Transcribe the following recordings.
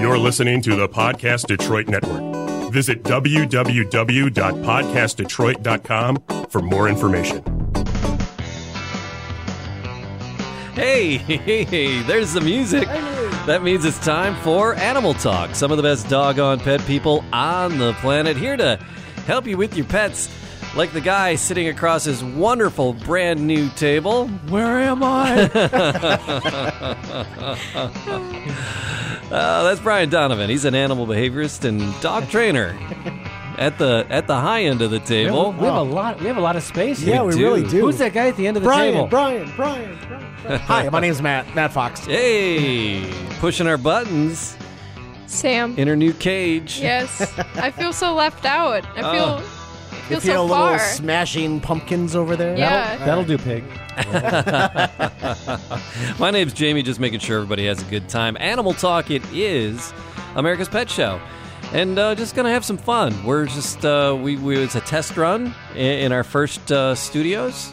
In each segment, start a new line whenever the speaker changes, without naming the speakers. You're listening to the Podcast Detroit Network. Visit www.podcastdetroit.com for more information.
Hey, hey, hey, there's the music. That means it's time for Animal Talk. Some of the best doggone pet people on the planet here to help you with your pets. Like the guy sitting across his wonderful brand new table. Where am I? uh, that's Brian Donovan. He's an animal behaviorist and dog trainer at the at the high end of the
We have,
table.
we have a lot. We have a lot of space.
Yeah,
here.
we,
do.
really do.
Who's that guy at the end of the
Brian,
table?
Brian, Brian, Brian, Brian. Hi, my name's Matt. Matt Fox.
Hey, pushing our buttons
Sam.
in her new cage.
yes. I feel so left out. I feel, I
You feel
feel
a
so
little
far.
smashing pumpkins over there?
Yeah.
That'll do, pig.
My name's Jamie, just making sure everybody has a good time. Animal Talk, it is America's Pet Show. And uh, just gonna have some fun. We're just uh, we, we it's a test run in, in our first uh, studios,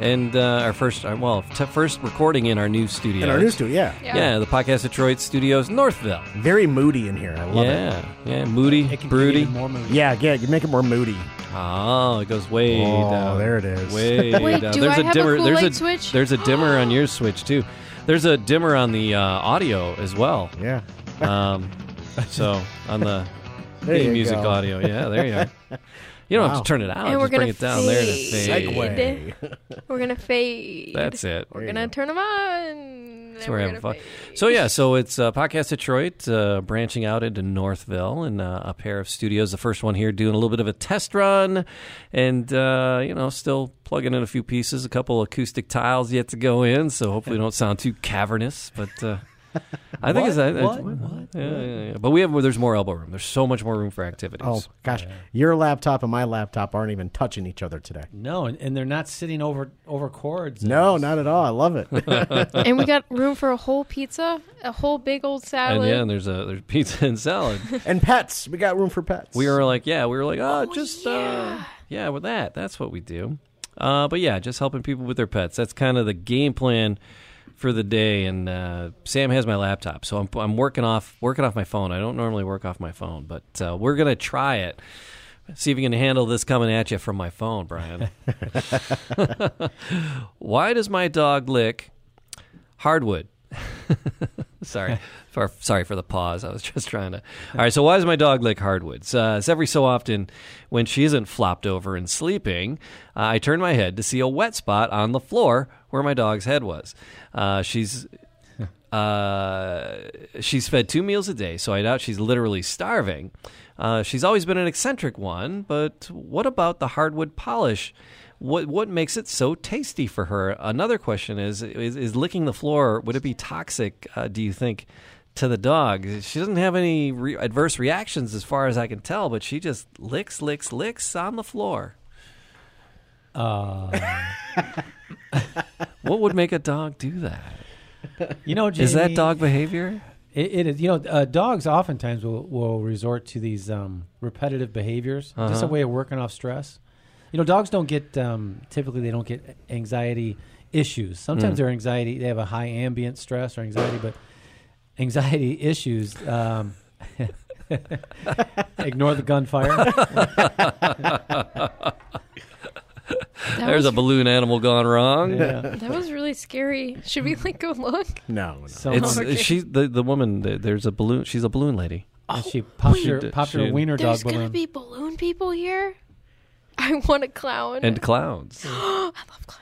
and uh, our first uh, well t- first recording in our new studio.
In our new studio, yeah.
yeah.
yeah, the podcast Detroit studios, Northville.
Very moody in here. I love it.
yeah, yeah, moody,
It can get
broody.
even more moody.
Yeah, yeah, you make it more moody.
Oh, it goes way
Oh,
down.
there it is.
Way
Wait,
down.
do
there's
I
a
have a
dimmer. there's a
Kool-Aid switch?
there's a dimmer on your switch too. There's a dimmer on the uh, audio as well.
Yeah.
Um, so on the
There
theme
you
music
go.
audio, yeah, there you are. You don't have
Wow.
to turn it out.
And we're
Just bring
gonna
it down there to
fade.
fade.
Segway.
We're going to fade.
That's it.
We're going to turn them on.
So we're having fun.
So
So yeah, so it's uh, podcast Detroit uh, branching out into Northville and uh, a pair of studios. The first one here doing a little bit of a test run, and uh, you know still plugging in a few pieces, a couple acoustic tiles yet to go in. So hopefully don't sound too cavernous, but. Uh, I think it's, I- it's
What? What?
Yeah, yeah, yeah. but we have there's more elbow room. There's so much more room for activities.
Oh, gosh. Your laptop and my laptop aren't even touching each other today.
No, and, and they're not sitting over over cords.
No, not at all. I love it.
and we got room for a whole pizza, a whole big old salad.
and yeah, and there's a there's pizza and salad.
and pets. We got room for pets.
we were like, yeah, we were like, oh, just uh, yeah, with that, that's what we do. Uh, but yeah, just helping people with their pets. That's kind of the game plan for the day. And uh, Sam has my laptop, so I'm I'm working off working off my phone. I don't normally work off my phone, but uh, we're gonna try it. See if you can handle this coming at you from my phone, Brian. Why does my dog lick hardwood? sorry, for, sorry for the pause. I was just trying to. All right. So why does my dog lick hardwoods? Uh, it's every so often when she isn't flopped over and sleeping, uh, I turn my head to see a wet spot on the floor where my dog's head was. Uh, she's uh, she's fed two meals a day, so I doubt she's literally starving. Uh, she's always been an eccentric one, but what about the hardwood polish? What what makes it so tasty for her? Another question is is, is licking the floor would it be toxic? Uh, do you think to the dog? She doesn't have any re- adverse reactions as far as I can tell, but she just licks, licks, licks on the floor. What would make a dog do that?
You know, Jamie,
Is that dog behavior?
It, it is. You know, uh, dogs oftentimes will, will resort to these um, repetitive behaviors,
Uh-huh.
just a way of working off stress. You know, dogs don't get um, typically they don't get anxiety issues. Sometimes
Hmm.
their anxiety they have a high ambient stress or anxiety, but anxiety issues. Um, ignore the gunfire.
That
There's
was,
a balloon animal gone wrong.
yeah.
that was really scary. Should we like go look?
No, no.
So
It's
Oh, Okay.
she the, the woman. th- There's a balloon. She's a balloon lady.
and she popped
She
her
did-
popped
she-
her wiener dog
There's gonna
balloon.
be balloon people here. I want a clown.
And clowns.
I love clowns.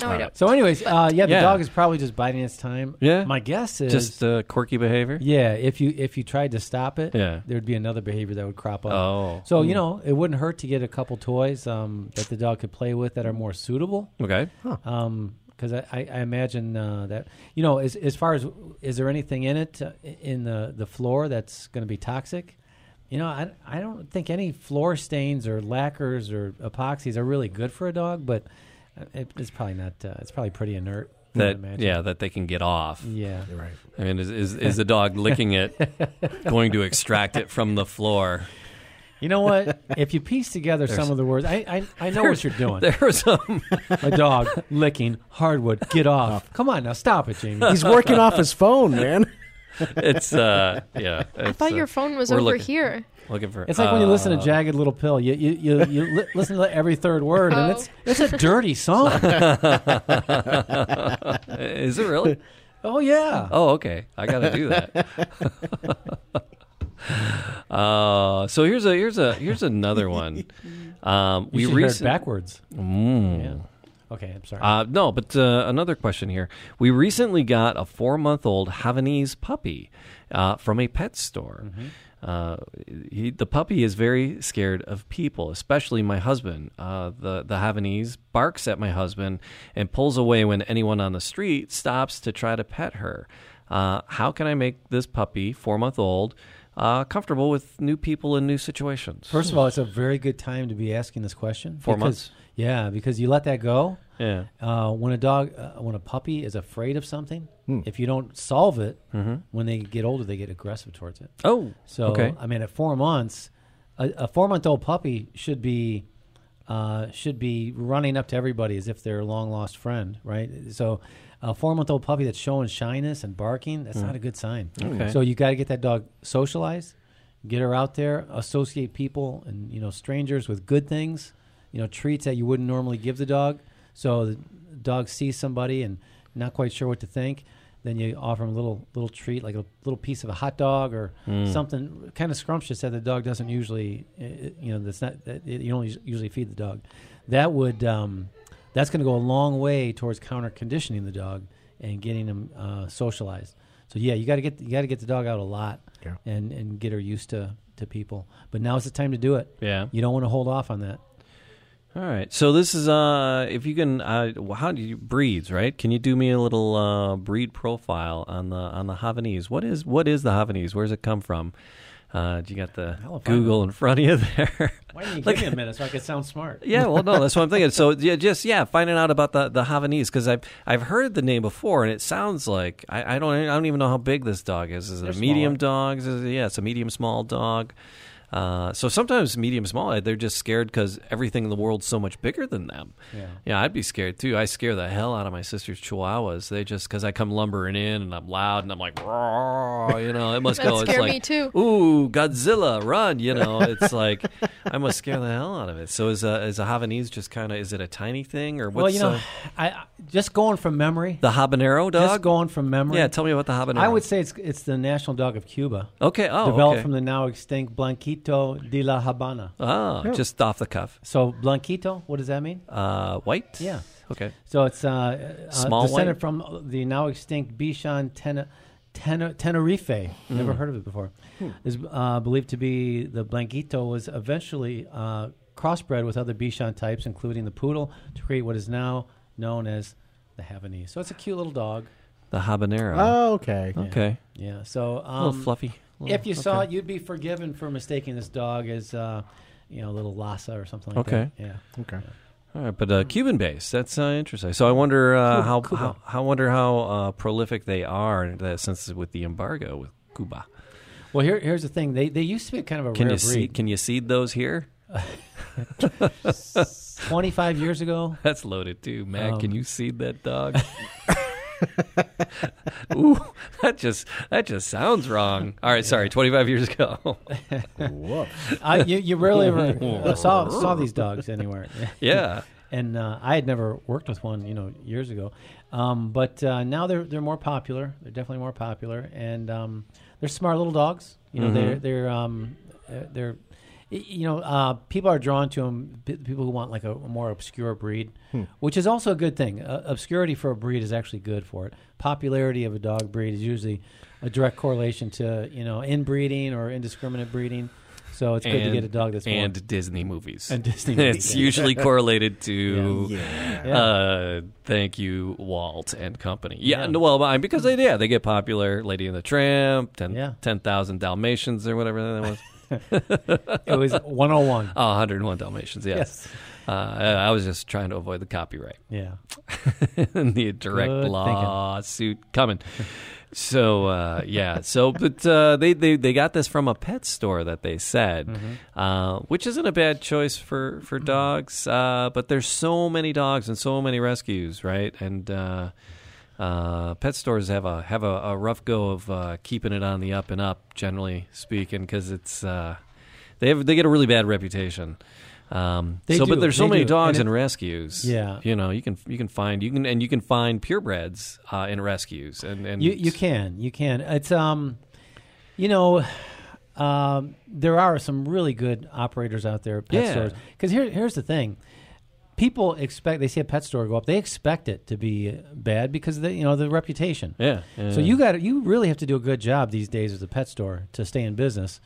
No, I don't.
so, anyways, uh, yeah, the
Yeah.
dog is probably just biding its time.
Yeah.
my guess is
Just uh, quirky behavior.
Yeah, if you if you tried to stop it,
Yeah.
there'd be another behavior that would crop up.
Oh.
So, you know, it wouldn't hurt to get a couple toys um, that the dog could play with that are more suitable.
Okay.
Um 'cause because I, I, I imagine uh, that you know, as as far as is there anything in it uh, in the the floor that's going to be toxic? You know, I I don't think any floor stains or lacquers or epoxies are really good for a dog, but it, it's probably not. Uh, it's probably pretty inert. I would
That
imagine.
yeah, that they can get off.
yeah.
Right.
I mean, is, is is the dog licking it going to extract it from the floor?
You know what? if you piece together some of the words, I I, I know what you're doing.
There's um,
A dog licking hardwood. Get off! Come on now, stop it, Jamie.
He's working off his phone, man.
it's uh, yeah.
I thought your phone was
we're
over
looking.
here.
looking for.
It's like when you listen
uh,
to Jagged Little Pill. You you you, you li- listen to every third word, and it's it's a dirty song.
uh, Is it really?
oh yeah.
Oh, okay. I got to do that. uh, so here's a here's a here's another one. Um,
You
we
should hear it
recent-
backwards.
Mm.
Yeah. Okay, I'm sorry.
Uh, no, but uh, another question here. We recently got a four month old Havanese puppy uh, from a pet store. Uh, he, the puppy is very scared of people, especially my husband. Uh, the, the Havanese barks at my husband and pulls away when anyone on the street stops to try to pet her. Uh, how can I make this puppy, four month old, uh, comfortable with new people and new situations?
First of all, it's a very good time to be asking this question.
Four
because-
months.
Yeah, because you let that go.
yeah.
Uh, when a dog, uh, when a puppy is afraid of something,
Hmm.
if you don't solve it,
Mm-hmm.
when they get older, they get aggressive towards it.
Oh,
So
okay.
I mean, at four months, a, a four-month-old puppy should be uh, should be running up to everybody as if they're a long-lost friend, right? So a four-month-old puppy that's showing shyness and barking—that's not a good sign.
Hmm. Okay.
So you got to get that dog socialized, get her out there, associate people and you know strangers with good things, you know treats that you wouldn't normally give the dog. So the dog sees somebody and not quite sure what to think. Then you offer him a little little treat, like a little piece of a hot dog or something kind of scrumptious that the dog doesn't usually, uh, you know, that's not that you don't us- usually feed the dog. That would um, that's going to go a long way towards counter conditioning the dog and getting him uh, socialized. So yeah, you got to get you got to get the dog out a lot
Yeah.
and and get her used to to people. But now's the time to do it.
yeah.
You don't want to hold off on that.
All right. So this is uh, if you can, uh, how do you breeds? Right? Can you do me a little uh, breed profile on the on the Havanese? What is what is the Havanese? Where does it come from? Uh, do you got the
Hell if I
Google in front of you there?
Why didn't you
Like-
give me a minute so I could sound smart?
yeah. Well, no, that's what I'm thinking. So yeah, just yeah, finding out about the the Havanese because I've I've heard the name before and it sounds like I, I don't I don't even know how big this dog is. Is it a
They're
medium
smaller.
dog? Is it, yeah, it's a medium small dog. Uh, so sometimes medium small, eh, they're just scared because everything in the world's so much bigger than them.
Yeah.
Yeah, I'd be scared too. I scare the hell out of my sister's chihuahuas. They just because I come lumbering in and I'm loud and I'm like, "Roar," you know, it must
That
go. it's
scared
like,
me, too.
Ooh, Godzilla, run! You know, it's like I must scare the hell out of it. So is a is a Havanese just kind of is it a tiny thing or what's
well, you know,
uh,
I I- just going from memory.
the habanero dog?
Just going from memory.
yeah, tell me about the habanero.
I would say it's it's the national dog of Cuba,
okay. Oh,
developed
okay.
from the now extinct Blanquito de la Habana.
ah, just off the cuff.
So Blanquito, what does that mean?
Uh, white.
Yeah.
Okay.
So it's uh, uh,
Small
descended
white?
from the now extinct Bichon Tena, Tena, Tenerife.
Hmm.
Never heard of it before. Is uh, believed to be the Blanquito was eventually uh, crossbred with other Bichon types, including the poodle, to create what is now known as the Havanese. So it's a cute little dog.
The habanero.
Oh, okay.
okay.
Yeah. So
a little
Uh, um,
fluffy. Little-
if you saw it, you'd be forgiven for mistaking this dog as uh, you know a little Lhasa or something like
Okay.
that. Yeah.
Okay.
All right, but uh, Cuban based. That's uh, interesting. So I wonder uh,
Cuba-
how,
Cuba.
how how wonder how uh, prolific they are that since with the embargo with Cuba.
Well, here, here's the thing. They they used to be kind of a
Can
rare
you see?
breed.
Can you seed those here?
25 years ago,
That's loaded too, Matt. can
Um,
you seed that dog? Ooh, that just that just sounds wrong. All right, sorry. Twenty five years ago.
Woof.
I, you, you rarely ever saw saw these dogs anywhere,
yeah.
and uh, I had never worked with one, you know, years ago. Um, but uh, now they're they're more popular. They're definitely more popular, and um, they're smart little dogs. You know, they're
Mm-hmm.
they're um, uh, they're y- you know uh, people are drawn to them. People who want like a, more obscure breed,
Hmm.
which is also a good thing. Uh, obscurity for a breed is actually good for it. Popularity of a dog breed is usually a direct correlation to you know inbreeding or indiscriminate breeding. So it's good to get a dog that's more
and Disney movies.
and Disney.
it's usually correlated to
Yeah.
Yeah.
Uh, thank you, Walt and company. Yeah,
Yeah.
no, well, I- because they yeah they get popular. Lady and the Tramp, 10
Yeah.
10,000 Dalmatians or whatever that was.
it was 101.
Oh, 101 Dalmatians. Yes, uh, I I was just trying to avoid the copyright
Yeah.
and the direct
Good thinking.
lawsuit coming. So uh, yeah, so but uh, they, they they got this from a pet store that they said,
Mm-hmm.
uh, which isn't a bad choice for for dogs. Uh, but there's so many dogs and so many rescues, right? And uh, Uh, pet stores have a have a, a rough go of uh, keeping it on the up and up, generally speaking, because it's uh, they have they get a really bad reputation. Um,
They
so, but
do,
there's so
they
many
do,
dogs
and
in rescues.
Yeah.
you know, you can you can find you can and you can find purebreds uh, in rescues, and and
You you can you can. It's um, you know, um, there are some really good operators out there. Pet
Yeah.
stores. Because here here's the thing. People expect they see a pet store go up. They expect it to be bad because they, you know the reputation.
yeah, yeah.
So you got you really have to do a good job these days as a pet store to stay in business,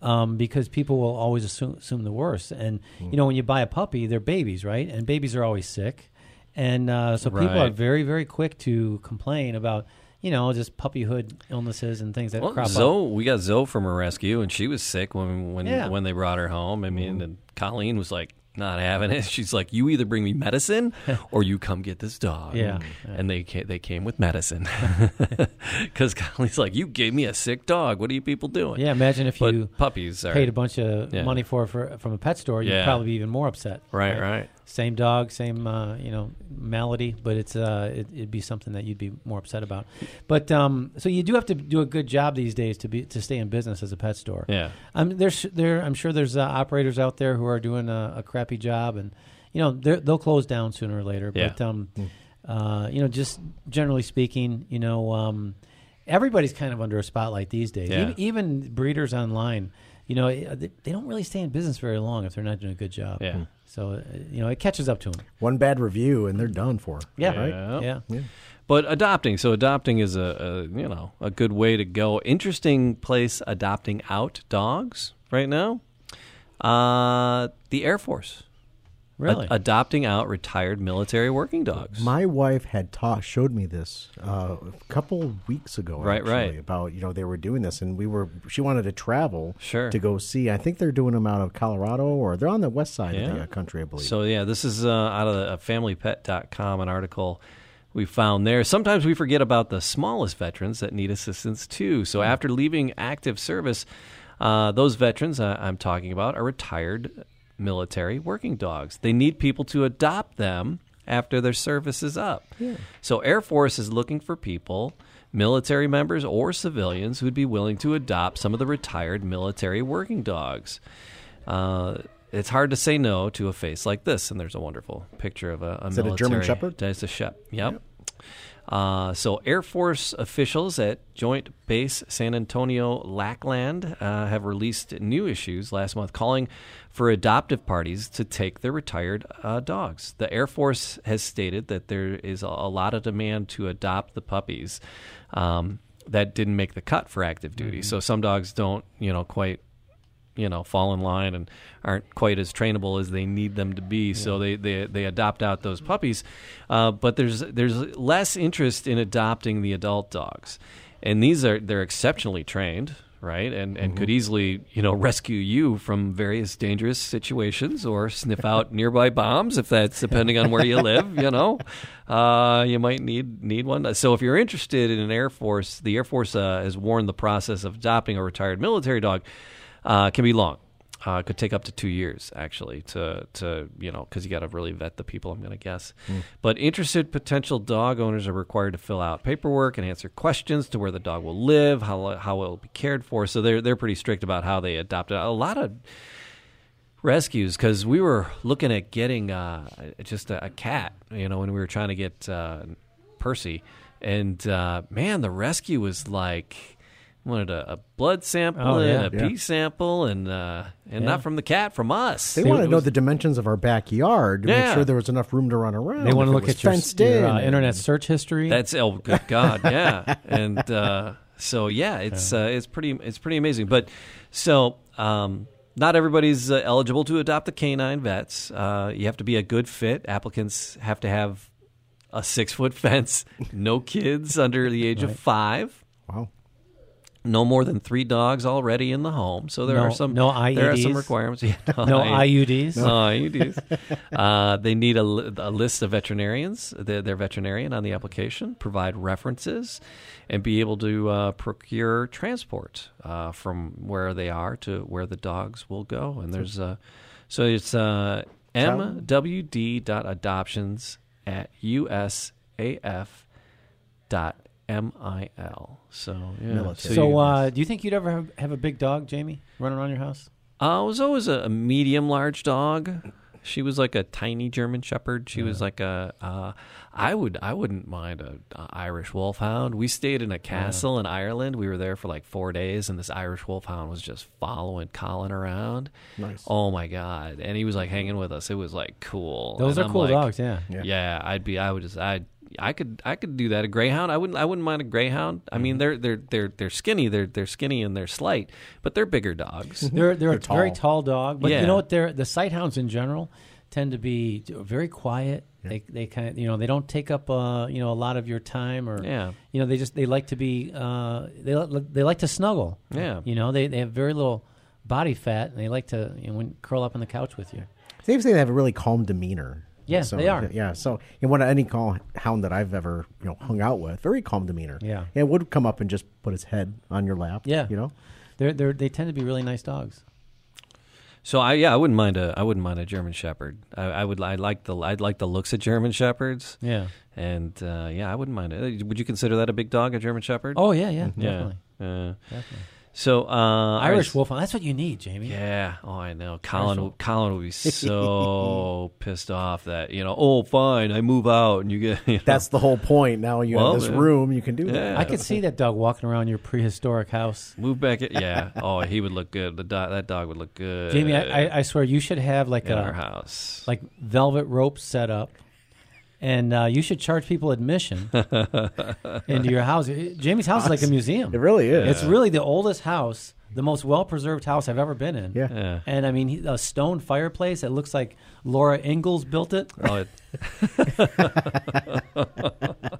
um, because people will always assume, assume the worst. And you know when you buy a puppy, they're babies, right? And babies are always sick, and uh, so people are
Right.
very very quick to complain about you know just puppyhood illnesses and things that
Well,
crop up.
Zoe, we got Zoe from a rescue, and she was sick when when
Yeah.
when they brought her home. I mean, and Colleen was like not having it. She's like, "You either bring me medicine, or you come get this dog."
Yeah.
and they ca- they came with medicine because Colleen's like, "You gave me a sick dog. What are you people doing?"
Yeah, imagine if
but
you
puppies are
paid a bunch of
Yeah.
money for, for from a pet store, you'd
Yeah.
probably be even more upset.
right, right.
same dog, same uh, you know malady, but it's uh, it, it'd be something that you'd be more upset about. But um, so you do have to do a good job these days to be to stay in business as a pet store.
Yeah,
I'm there's there I'm sure there's uh, operators out there who are doing a, a crappy job, and you know they're- they'll close down sooner or later.
Yeah.
But um, uh, you know, just generally speaking, you know, um, everybody's kind of under a spotlight these days.
Yeah.
Even, even breeders online, you know, it- they, they don't really stay in business very long if they're not doing a good job.
yeah.
So uh, you know, it catches up to them.
One bad review and they're done for.
Yeah.
Right?
Yeah.
Yeah.
But adopting, so adopting is a, a you know a good way to go. Interesting place adopting out dogs right now. Uh, the Air Force A-
Really?
adopting out retired military working dogs.
My wife had taught showed me this uh, a couple weeks ago.
Right,
actually,
right.
About you know they were doing this, and we were she wanted to travel
Sure.
to go see. I think they're doing them out of Colorado, or they're on the west side of
Yeah.
the uh, country, I believe.
so yeah, this is uh, out of the, uh, familypet.com, an article we found there. Sometimes we forget about the smallest veterans that need assistance too. So after leaving active service, uh, those veterans uh, I'm talking about are retired military working dogs. They need people to adopt them after their service is up. So Air Force is looking for people, military members or civilians, who'd be willing to adopt some of the retired military working dogs. Uh, it's hard to say no to a face like this, and there's a wonderful picture of a, a
Is it a German
military-
Shepherd?
That's a shep. Yep. Uh, so, Air Force officials at Joint Base San Antonio Lackland uh, have released new issues last month calling for adoptive parties to take their retired uh, dogs. The Air Force has stated that there is a, a lot of demand to adopt the puppies um, that didn't make the cut for active
Mm-hmm.
duty. So, some dogs don't, you know, quite you know fall in line and aren't quite as trainable as they need them to be so they, they they adopt out those puppies uh, but there's there's less interest in adopting the adult dogs and these are they're exceptionally trained right and and could easily you know rescue you from various dangerous situations or sniff out nearby bombs if that's depending on where you live you know uh, you might need need one so if you're interested in an air force the air force uh, has warned the process of adopting a retired military dog uh, can be long. Uh, it could take up to two years, actually, to to you know, because you got to really vet the people. I'm going to guess, but interested potential dog owners are required to fill out paperwork and answer questions to where the dog will live, how how it will be cared for. So they're they're pretty strict about how they adopt it. A lot of rescues because we were looking at getting uh, just a, a cat, you know, when we were trying to get uh, Percy. And uh, man, the rescue was like wanted a, a blood sample
Oh, yeah.
and a
Yeah.
pee sample, and uh, and
Yeah.
not from the cat, from us.
they want to know the dimensions of our backyard to
Yeah.
make sure there was enough room to run around.
they want
if
to
it
look
was
at your,
fenced
your,
in
uh,
and-
internet search history.
That's oh good god, yeah. And uh, so yeah, it's Uh, it's pretty it's pretty amazing. But so um, not everybody's uh, eligible to adopt the canine vets. Uh, you have to be a good fit. Applicants have to have a six foot fence, no kids under the age of five.
Wow.
No more than three dogs already in the home, so there
No-
are some
no
there are some
IEDs?
requirements. Yeah, E
no
IEDs.
IUDs.
No, Oh, you do. uh, they need a, li- a list of veterinarians, their, their veterinarian on the application, provide references, and be able to uh, procure transport uh, from where they are to where the dogs will go. And there's uh, so it's uh, mwd.adoptions at usaf dot M I L. So yeah.
Military.
you-
So, uh, do you think you'd ever have, have a big dog, Jamie, running around your house?
Uh, it was always a, a medium large dog. She was like a tiny German Shepherd. She was like a. Uh, I would. I wouldn't mind a, a Irish Wolfhound. We stayed in a castle in Ireland. We were there for like four days, and this Irish Wolfhound was just following Colin around.
Nice.
Oh my god! And he was like hanging with us. It was like cool.
Those
And
are
I'm
cool
like,
dogs, yeah.
Yeah. I'd be. I would just. I. I could. I could do that. A greyhound. I wouldn't. I wouldn't mind a greyhound. I
Mm-hmm.
mean, they're they're they're they're skinny. They're they're skinny and they're slight, but they're bigger dogs.
They're they're, a
They're
very
tall.
tall dog, but
Yeah.
you know what? They're the sight hounds in general tend to be very quiet. They they kind of you know they don't take up uh you know a lot of your time or
Yeah.
you know they just they like to be uh they li- they like to snuggle
Yeah.
you know they they have very little body fat and they like to you know when, curl up on the couch with you.
They say they have a really calm demeanor.
Yeah,
So,
they are.
Yeah, so and what any call hound that I've ever you know hung out with, very calm demeanor.
Yeah.
and would come up and just put his head on your lap.
Yeah.
you know,
They're they are they tend to be really nice dogs.
So I yeah I wouldn't mind a I wouldn't mind a German Shepherd. I, I would I like the I'd like the looks of German Shepherds.
Yeah.
And uh, yeah, I wouldn't mind it. Would you consider that a big dog, a German Shepherd?
Oh yeah yeah
yeah.
definitely.
Yeah.
Definitely.
so uh,
Irish Wolfhound. That's what you need, Jamie.
Yeah. Oh, I know. Colin. Would, Colin would be so pissed off that you know. Oh, fine. I move out, and you get. You know,
that's the whole point. Now you
Well,
have this
yeah.
room, you can do that.
Yeah.
I could see that dog walking around your prehistoric house.
move back. In. Yeah. Oh, he would look good. The dog, that dog would look good.
Jamie, I, I, I swear you should have like
in our
a
house.
like velvet rope set up, and uh, you should charge people admission into your house. It- Jamie's house is like a museum.
It really is.
It's really the oldest house, the most well preserved house I've ever been in.
Yeah.
Yeah.
And I mean, he- a stone fireplace. It looks like Laura Ingalls built it.
Oh, it,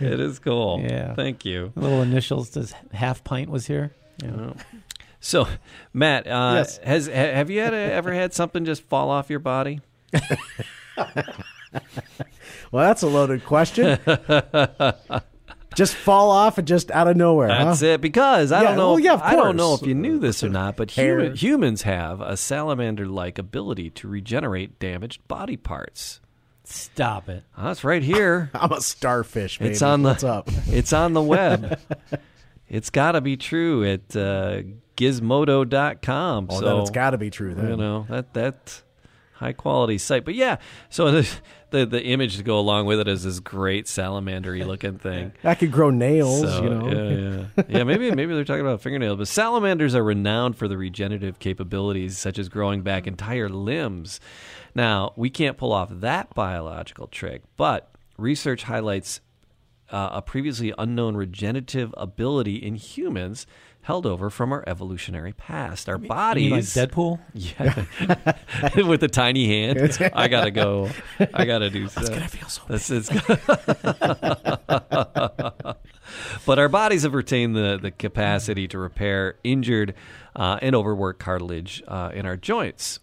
it is cool.
Yeah.
Thank you.
Little initials. This half pint was here. Yeah.
So, Matt, uh,
Yes.
has ha- have you had a, ever had something just fall off your body?
Well, that's a loaded question. just fall off and just out of nowhere.
That's
huh?
it. Because I
Uh-huh. Yeah,
don't know.
well,
if-
yeah, of
I don't know
course.
if you knew this or not, but
Hair.
human, humans have a salamander-like ability to regenerate damaged body parts.
Stop it.
Oh, that's right here.
I'm a starfish. Baby.
It's on the.
What's up?
It's on the web. it's got to be true at uh, Gizmodo.com.
Well,
so
Oh, then it's got to be true. Then
you know that that high quality site but yeah so the, the the image to go along with it is this great salamandery looking thing
I could grow nails.
So,
you know.
yeah, yeah, yeah. Maybe, maybe they're talking about fingernail, but salamanders are renowned for the regenerative capabilities, such as growing back entire limbs. Now, we can't pull off that biological trick, but research highlights uh, a previously unknown regenerative ability in humans held over from our evolutionary past. Our
You
bodies,
mean like Deadpool?
yeah. with a tiny hand. I gotta go. I gotta do. That's gonna feel so. but our bodies have retained the the capacity to repair injured uh, and overworked cartilage uh, in our joints.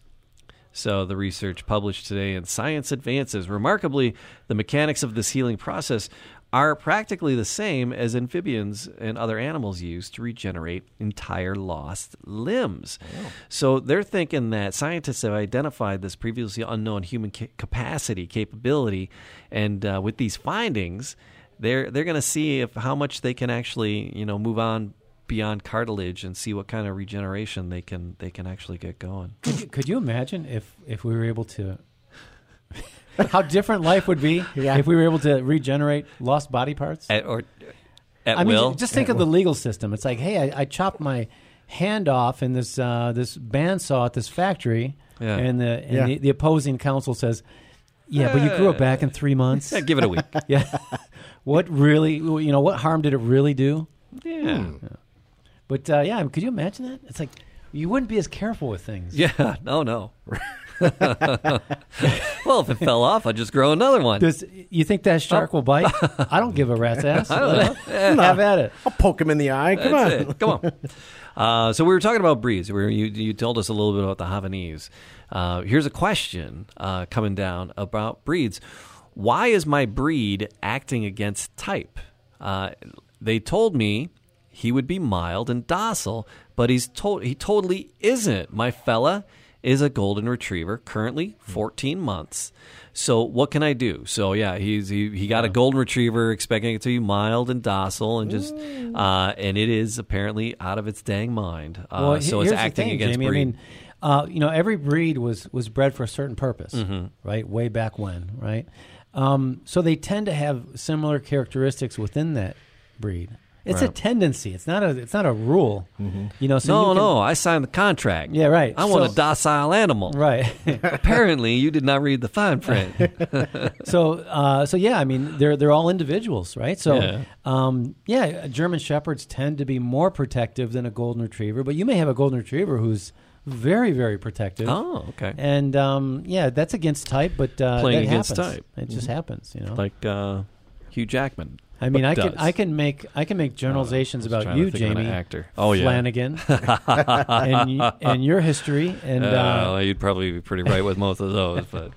So the research published today in Science Advances. Remarkably, the mechanics of this healing process are practically the same as amphibians and other animals use to regenerate entire lost limbs. So they're thinking that scientists have identified this previously unknown human ca- capacity, capability, and uh, with these findings, they're they're going to see if how much they can actually you know move on beyond cartilage and see what kind of regeneration they can they can actually get going.
Could you, could you imagine if if we were able to? how different life would be
Yeah.
if we were able to regenerate lost body parts.
At, or at
I mean,
will.
ju- just think of the legal system. It's like, hey, I, I chopped my hand off in this uh, this bandsaw at this factory,
Yeah.
and the and
Yeah.
the, the opposing counsel says, yeah, but you grew it back in
Uh.
three months.
yeah, give it a week.
yeah, what really? You know, what harm did it really do? Hmm.
yeah.
But uh, yeah, could you imagine that? It's like you wouldn't be as careful with things.
Yeah. No, no. well, if it fell off, I'd just grow another one.
Does you think that shark will bite? I don't give a rat's ass. I Have at it.
I'll poke him in the eye. Come on.
That's it. Come on. Uh, so we were talking about breeze. We were, you, you told us a little bit about the Havanese. Uh, here's a question uh, coming down about breeds. Why is my breed acting against type? Uh, they told me he would be mild and docile, but he's to- he totally isn't, my fella. is a golden retriever, currently
Hmm.
14 months. So what can I do? So yeah, he's he, he got a golden retriever, expecting it to be mild and docile, and just uh, and it is apparently out of its dang mind. Uh,
Well, he-
so it's
here's the
acting
thing,
against
Jamie.
breed.
I mean, uh, you know, every breed was was bred for a certain purpose,
Mm-hmm.
right? Way back when, right? Um, so they tend to have similar characteristics within that breed. It's a tendency. It's not a. It's not a rule. You know. So
Mm-hmm. no,
you can-
no, I signed the contract.
Yeah, right.
I want
So-
a docile animal.
Right.
Apparently, you did not read the fine print.
so uh, so yeah, I mean they're they're all individuals, right? So
Yeah.
yeah. Um, yeah, German shepherds tend to be more protective than a golden retriever, but you may have a golden retriever who's very very protective.
oh, okay.
And um, yeah, that's against type, but uh,
Playing
that
against
happens.
type. Mm-hmm.
It just happens, you know.
like uh, Hugh Jackman.
I mean, I
but
can
does.
I can make I can make
I
generalizations
was
about
trying
you,
to think of an
Jamie,
actor. Oh, yeah.
Flanagan, and y- and your history, and
Uh,
uh,
you'd probably be pretty right with most of those, but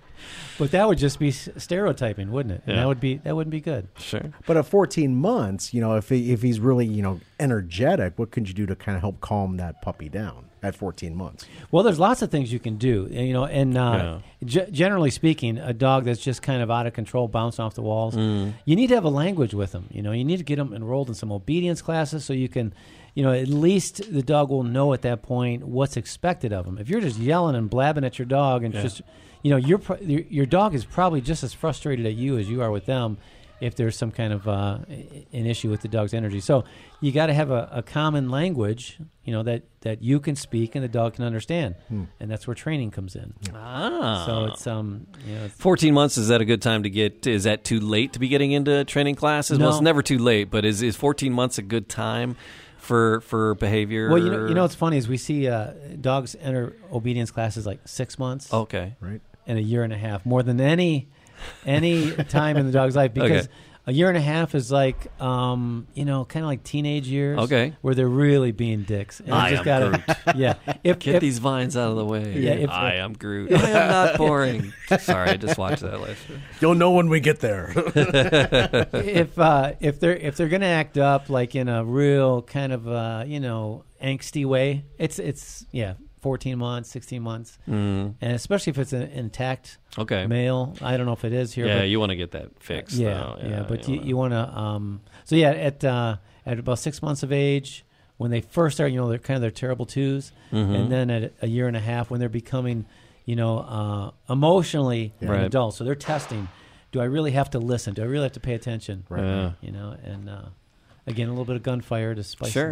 but that would just be s- stereotyping, wouldn't it? And
Yeah.
that would be that wouldn't be good.
sure.
But at 14 months, you know, if he, if he's really you know energetic, what could you do to kind of help calm that puppy down at 14 months?
Well, there's lots of things you can do, and, you know, and uh, ge- generally speaking, a dog that's just kind of out of control, bouncing off the walls, you need to have a language with them. You know, you need to get them enrolled in some obedience classes so you can, you know, at least the dog will know at that point what's expected of him. If you're just yelling and blabbing at your dog and just, you know, your pro- your your dog is probably just as frustrated at you as you are with them. If there's some kind of uh, i- an issue with the dog's energy, so you got to have a, a common language, you know that that you can speak and the dog can understand, and that's where training comes in.
Ah.
So it's um, you know, it's,
14 months is that a good time to get is that too late to be getting into training classes well
No.
it's never too late but is, is 14 months a good time for for behavior
well, you know, you know what's funny is we see uh, dogs enter obedience classes like six months
okay
Right.
and a year and a half, more than any any time in the dog's life because.
Okay.
A year and a half is like, um, you know, kind of like teenage years,
Okay.
where they're really being dicks. And
I
you just
am
gotta, yeah. If,
get
if-
these vines out of the way
Yeah, if-
i am groot i am not boring sorry i just watched that last year.
You'll know when we get there.
if uh, if they're if they're gonna act up like in a real kind of uh, you know angsty way, it's it's yeah, fourteen months, sixteen months, mm. and especially if it's an intact
Hmm, okay
male. I don't know if it is here.
yeah
but
you want to get that fixed
yeah,
though.
yeah, But you,
wanna-
you want to um, so yeah at uh, at about six months of age when they first start, you know, they're kind of their terrible 2s
Mm-hmm.
and then at a year and a half when they're becoming, you know, uh, emotionally
Right.
an adult, so they're testing. Do I really have to listen? Do I really have to pay attention? Right
Yeah.
you know, and uh, again, a little bit of gunfire to spice
Sure.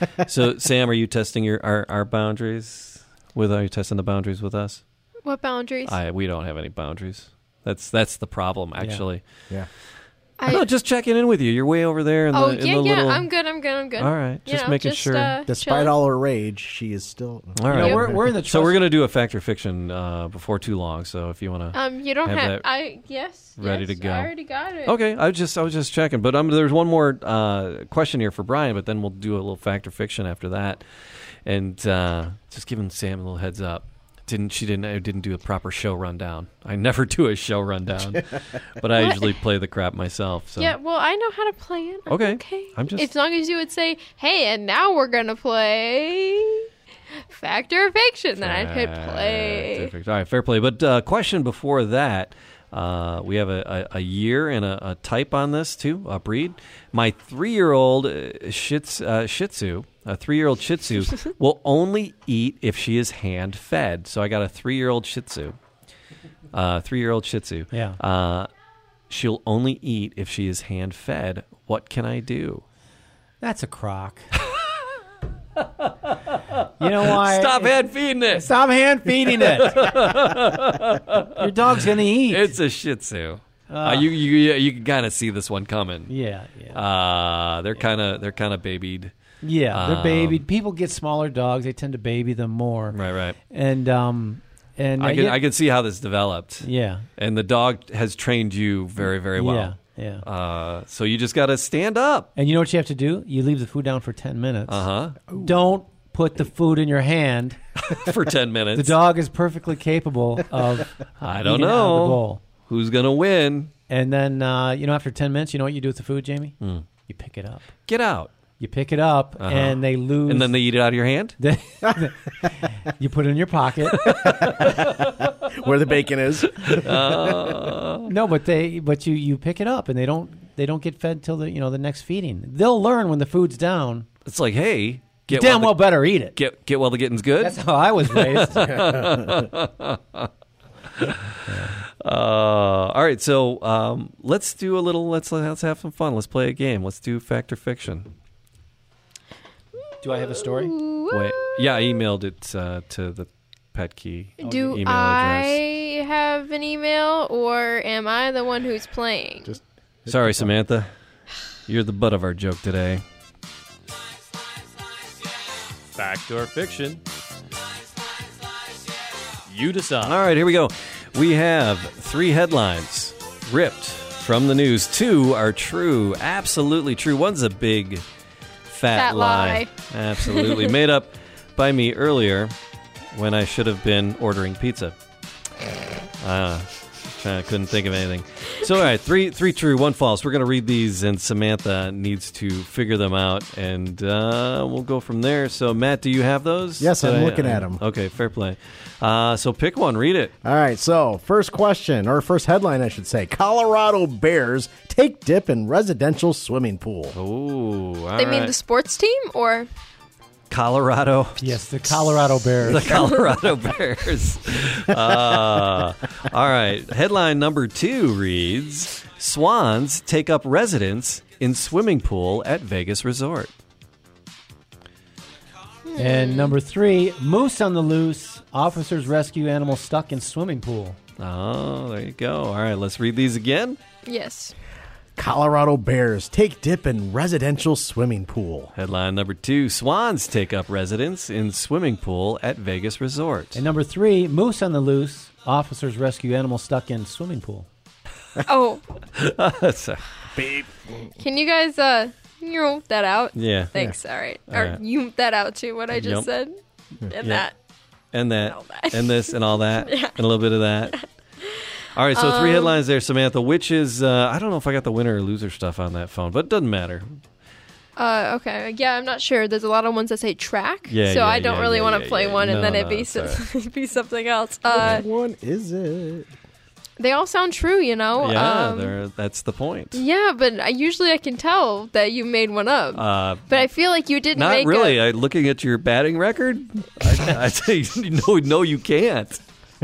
it up.
so sam are you testing your our, our boundaries with are you testing the boundaries with us
What boundaries?
I, we don't have any boundaries that's that's the problem actually
yeah.
I-
no just checking in with you you're way over there in
oh
the, in
yeah,
the
yeah.
little
I'm good. I'm good. I'm good.
All right,
You
just
know,
making sure.
uh,
Despite
chilling.
all her rage, she is still.
All
You
right.
know, we're, we're in the
so we're
trust-
gonna do a fact or fiction uh, before too long. So if you wanna,
Um, you don't
have
have.
that
I yes.
ready
yes,
to go.
I already got it.
okay, I was just I was just checking, but um, there's one more uh, question here for Brian, but then we'll do a little fact or fiction after that, and uh, just giving Sam a little heads up. Didn't she didn't I didn't do a proper show rundown? I never do a show rundown, but I
What?
usually play the crap myself. So
Yeah. Well, I know how to play it. I'm
Okay.
okay.
I'm just-
As long as you would say, "Hey, and now we're gonna play fact or fiction," then I could play.
Perfect. All right, fair play. But uh, question before that, uh, we have a, a, a year and a, a type on this too, a breed. My three-year-old uh, shits, uh, Shih Tzu, a three-year-old Shih Tzu, will only eat if she is hand-fed. So I got a three-year-old Shih Tzu, uh, three-year-old Shih Tzu.
Yeah.
Uh, she'll only eat if she is hand-fed. What can I do?
That's a crock. you know why?
Stop hand feeding it.
Stop hand feeding it. Your dog's gonna eat.
It's a Shih Tzu. Uh, you you you can kind of see this one coming.
yeah, yeah,
Uh, they're kind of they're kind of babied.
yeah.
um,
they're babied. People get smaller dogs. They tend to baby them more.
Right, right.
And um, and uh,
I can
yeah,
I can see how this developed,
yeah,
and the dog has trained you very very well.
yeah, yeah.
Uh, so you just got to stand up.
and you know what you have to do? You leave the food down for ten minutes.
Uh
Don't put the food in your hand.
huh. For ten
The
minutes.
dog is perfectly capable of.
I don't
eating out of the
know
bowl.
who's gonna win. Hmm.
And then uh, you know, after ten minutes, you know what you do with the food, Jamie? You pick it up.
Get out.
You pick it up and they lose.
Uh-huh. And then they eat it out of your hand?
they you put it in your pocket.
where the bacon is.
no, but they but you you pick it up and they don't they don't get fed till the you know the next feeding. They'll learn when the food's down.
It's like, hey, get
Damn well
while the,
better eat it.
get get while the getting's good.
That's how I was raised.
Uh, all right, so um, let's do a little. Let's let's have some fun. Let's play a game. Let's do fact or fiction.
Do I have a story?
Wait, yeah, I emailed it uh, to the pet key.
Do
email address.
I have an email or am I the one who's playing?
Just
Sorry, Samantha, you're the butt of our joke today. Fact or fiction? You decide. All right, here we go. We have three headlines ripped from the news. Two are true, absolutely true. One's a big fat,
Fat lie.
Absolutely. Made up by me earlier when I should have been ordering pizza. Uh, I couldn't think of anything. So all right, three three true, one false. We're gonna read these, and Samantha needs to figure them out, and uh, we'll go from there. So Matt, do you have those?
Yes, I'm
Did uh,
looking at 'em.
Okay, fair play. Uh, so pick one, read it.
All right, so first question, or first headline, I should say Colorado Bears take dip in residential swimming pool.
Oh, all
they mean
right.
the sports team or
Colorado.
Yes, the Colorado
The
Bears.
Colorado Bears. Uh, all right. Headline number two reads Swans take up residence in swimming pool at Vegas resort.
and number three, moose on the loose. Officers rescue animal stuck in swimming pool.
Oh, there you go. All right, let's read these again.
yes.
Colorado Bears take dip in residential swimming pool.
Headline number two Swans take up residence in swimming pool at Vegas resort.
And number three, moose on the loose. Officers rescue animal stuck in swimming pool.
Oh,
So-
can you guys uh you know that out?
yeah.
Thanks. All right.
All
or
right.
you that out too what I
Yep.
just said. And that.
And that,
All that.
and this, and all that, and a little bit of that. All right, so
Um,
three headlines there, Samantha. Which is, uh, I don't know if I got the winner or loser stuff on that phone, but it doesn't matter.
Uh okay. Yeah, I'm not sure. There's a lot of ones that say track.
Yeah,
so
yeah,
I don't
yeah,
really
yeah,
want to
yeah,
play
yeah.
one and
No,
then it
no,
be
it's all
so- be something else. Uh
Which one is it?
they all sound true, you know.
yeah,
um, Mm.
there, that's the point.
Yeah, but I usually I can tell that you made one up.
Uh,
but I feel like you didn't
not
make
really.
a-
I, looking at your batting record, I, I say, no, no, you can't.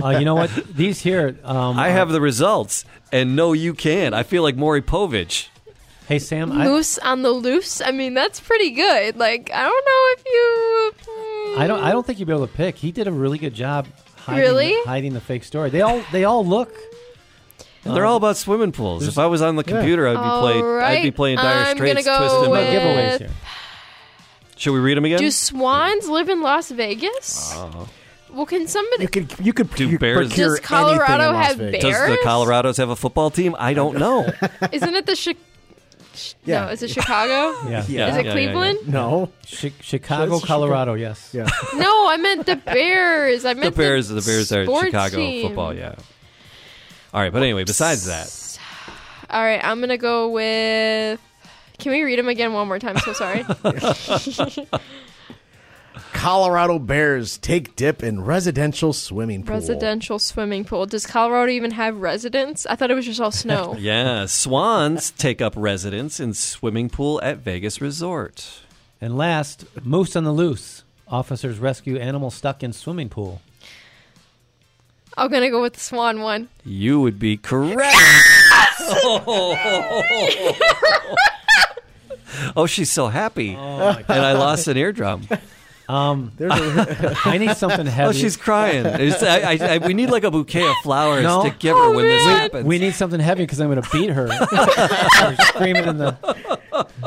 Uh, you know what? These here. Um,
I
are-
have the results, and no, you can't. I feel like Maury Povich.
Hey Sam, I,
moose on the loose. I mean, that's pretty good. Like, I don't know if you.
I don't. I don't think you'd be able to pick. He did a really good job. Hiding,
Really?
Hiding the fake story. They all. They all look.
They're
Um,
all about swimming pools. If I was on the computer, I'd be playing. I'd be
Alright,
playing Dire
I'm
Straits.
gonna go
Twist and
What
with-
Metal.
giveaways here?
Should we read them again?
Do swans live in Las Vegas?
Uh-huh.
Well, can somebody?
You could you could
Do
you could
bears-
procure
Does Colorado
anything in Las
have
Vegas.
bears?
Does the Colorados have a football team? I don't know.
Isn't it the Chi- sh-
Yeah.
No, is it Chicago?
Yeah.
Yeah.
Is it
Yeah, yeah, yeah.
Cleveland?
No.
Chi- Chicago,
That's Chica-
Colorado. Yes.
Yeah.
No, I meant the Bears. I
the
meant
Bears, the Bears are
sports
Chicago
team.
football. Yeah. All right, but anyway, besides that,
All right, I'm gonna go with. Can we read them again one more time? So sorry.
Colorado Bears take dip in residential swimming pool.
Residential swimming pool. Does Colorado even have residents? I thought it was just all snow.
yeah, swans take up residence in swimming pool at Vegas resort.
And last, moose on the loose. Officers rescue animal stuck in swimming pool.
I'm gonna go with the swan one.
You would be correct. oh, she's so happy,
Oh
and I lost an eardrum.
There's a,
I need something heavy.
Oh, she's crying. It's- I- I- I- we need like a bouquet of flowers
No.
to give her when this happens.
we need something heavy because I'm going to beat her. She's screaming in the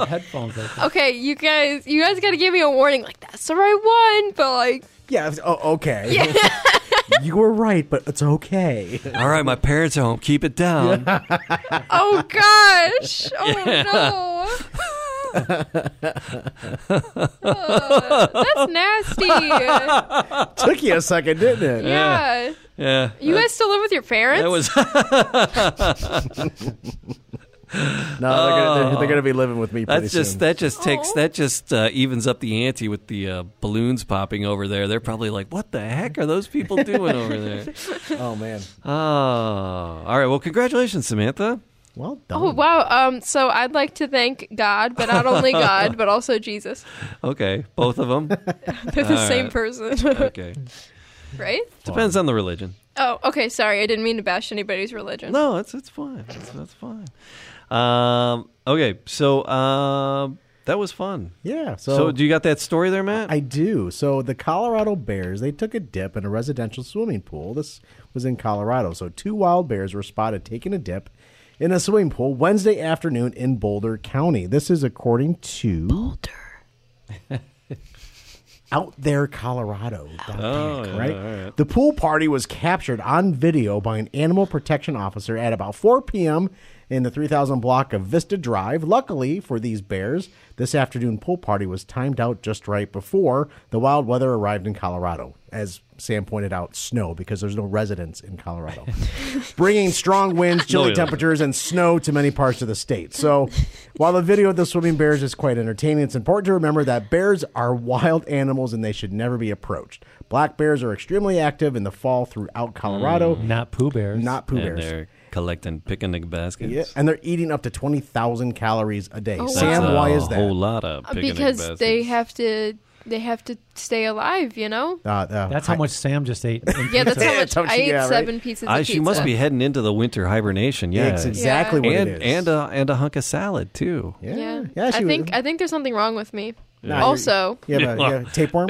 headphones. I think.
Okay, you guys, you guys gotta give me a warning. Like that's the right one, but like
yeah. Oh, okay. you were right, but it's okay.
All right, my parents are home. Keep it down.
Oh gosh! Oh no! Uh, that's nasty.
Took you a second, didn't it?
Yeah.
Yeah,
You guys still live with your parents?
that was.
No, they're gonna, they're, they're gonna be living with me. Pretty
Oh. That's just
soon.
that just takes that just uh, evens up the ante with the uh, balloons popping over there. They're probably like, "What the heck are those people doing over there?"
Oh man.
Oh, all right. Well, congratulations, Samantha.
Well done.
Oh wow. Um. So I'd like to thank God, but not only God, but also Jesus.
Okay, both of them.
They're the
All
same
right.
person,
Okay,
right?
depends on the religion.
Oh, okay. Sorry, I didn't mean to bash anybody's religion.
No, it's it's fine. That's, that's fine. Um, okay, so um, that was fun.
Yeah. So,
So, do you got that story there, Matt?
I do. So the Colorado bears they took a dip in a residential swimming pool. This was in Colorado. So two wild bears were spotted taking a dip in a swimming pool Wednesday afternoon in Boulder County. This is according to Boulder. Out there, Colorado. That pic,
Oh, yeah,
right?
all
The pool party was captured on video by an animal protection officer at about 4 p.m. in the 3000 block of Vista Drive. Luckily for these bears, this afternoon pool party was timed out just right before the wild weather arrived in Colorado. As Sam pointed out, snow because there's no residents in Colorado, bringing strong winds, chilly
yeah.
temperatures, and snow to many parts of the state. So, while the video of the swimming bears is quite entertaining, it's important to remember that bears are wild animals and they should never be approached. Black bears are extremely active in the fall throughout Colorado,
Not Pooh Bears.
not poo
Mm, and
bears.
they're collecting picnic baskets.
Yeah, and they're eating up to 20,000 calories a day.
Oh,
That's
Sam,
wow.
a
why is that?
Whole lot of
Uh,
picnic
because
baskets.
they have to. They have to stay alive. You know.
Uh, uh,
That's
hi-
how much Sam just ate.
Yeah, that's how
Yeah,
much
don't
I
you-
ate
yeah, right.
seven pieces of
I,
pizza.
she must be heading into the winter hibernation. Yeah,
It's exactly
Yeah.
what
and
it is.
and uh, a and a hunk of salad too.
yeah,
Yeah.
yeah she
I
was-
think uh, I think there's something wrong with me.
Nah,
also,
you have a, you have a tapeworm?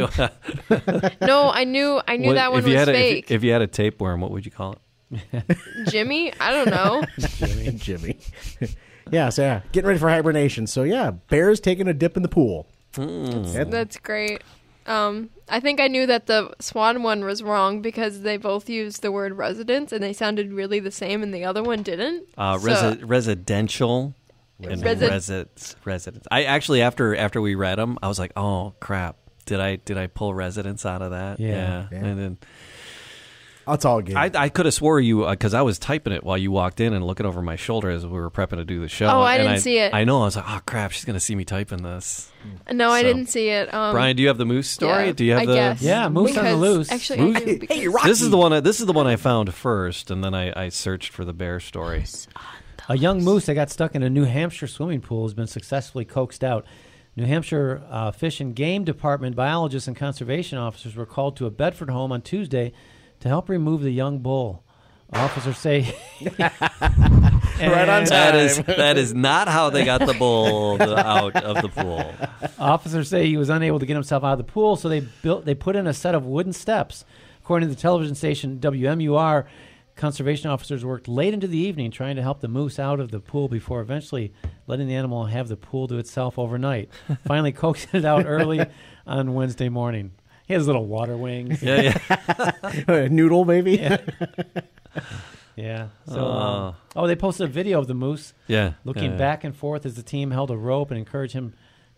no, I knew I knew
What-
that one
if you
was
had a, if you-
fake.
If, you had a tapeworm, what would you call it?
Jimmy, I don't know.
and Jimmy. yeah, so yeah, getting ready for hibernation. So yeah, bears taking a dip in the pool. That-
That's great. Um, I think I knew that the Swan one was wrong because they both used the word residence and they sounded really the same, and the other one didn't.
Uh,
So-
resi- residential and
Resi-
residence. Residence. I actually after after we read them, I was like, oh crap. Did I did I pull residence out of that?
Yeah.
Yeah.
and then
That's all good.
I, I could have swore you because I was typing it while you walked in and looking over my shoulder as we were prepping to do the show.
Oh, I
and
didn't see it.
I know. I was like, oh crap, she's gonna see me typing this.
no, I
so-
didn't see it. Um,
Brian, do you have the moose story?
yeah,
do you have
I
the?
guess.
Yeah, moose on the
Because-
loose.
Actually,
Moose-
I do. Because,
This is the one. I, this is the one I found first, and then I, I searched for the bear
Oh,
story.
A young moose that got stuck in a New Hampshire swimming pool has been successfully coaxed out. New Hampshire uh, Fish and Game Department biologists and conservation officers were called to a Bedford home on Tuesday to help remove the young bull. Officers say.
Right on time.
And
That is that is not how they got the bull out of the pool.
Officers say he was unable to get himself out of the pool, so they built they put in a set of wooden steps. According to the television station WMUR, conservation officers worked late into the evening trying to help the moose out of the pool before eventually letting the animal have the pool to itself overnight. Finally coaxed it out early on Wednesday morning. He has little water wings.
Yeah, yeah.
Noodle, maybe.
Yeah. So, um, oh, they posted a video of the moose
Uh. Yeah,
looking
yeah.
back and forth as the team held a rope and encouraged him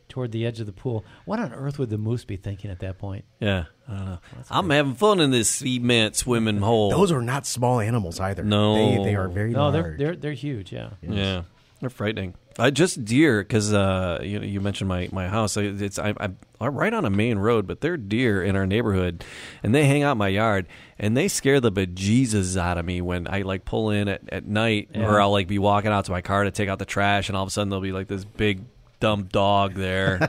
toward the edge of the pool. What on earth would the moose be thinking at that point?
Yeah, I don't know. I'm having fun in this cement swimming hole.
Those are not small animals either.
No.
they, they are very
No,
large.
they're they're they're huge. Yeah.
yeah, they're frightening. I just deer because uh, you you mentioned my my house. I- It's I, I, I'm right on a main road, but they're deer in our neighborhood, and they hang out in my yard, and they scare the bejesus out of me when I like pull in at, at night, or I'll like be walking out to my car to take out the trash, and all of a sudden there'll be like this big dumb dog there.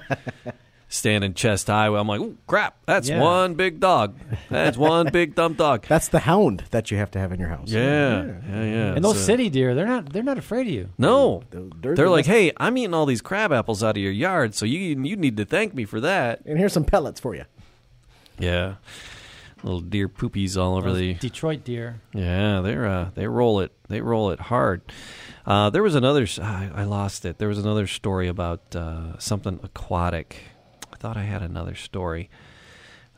Standing chest high, I'm like, "Ooh, crap! That's
Yeah.
one big dog. That's one big dumb dog."
That's the hound that you have to have in your house.
Yeah, yeah, yeah.
And those
So-
city deer, they're not they're not afraid of you.
No,
they're-
they're like, hey, I'm eating all these crab apples out of your yard, so you you need to thank me for that.
And here's some pellets for you.
Yeah, little deer poopies all over the.
Detroit deer.
Yeah, they're uh, they roll it they roll it hard. Uh, there was another s- I, I lost it. There was another story about uh, something aquatic. I thought I had another story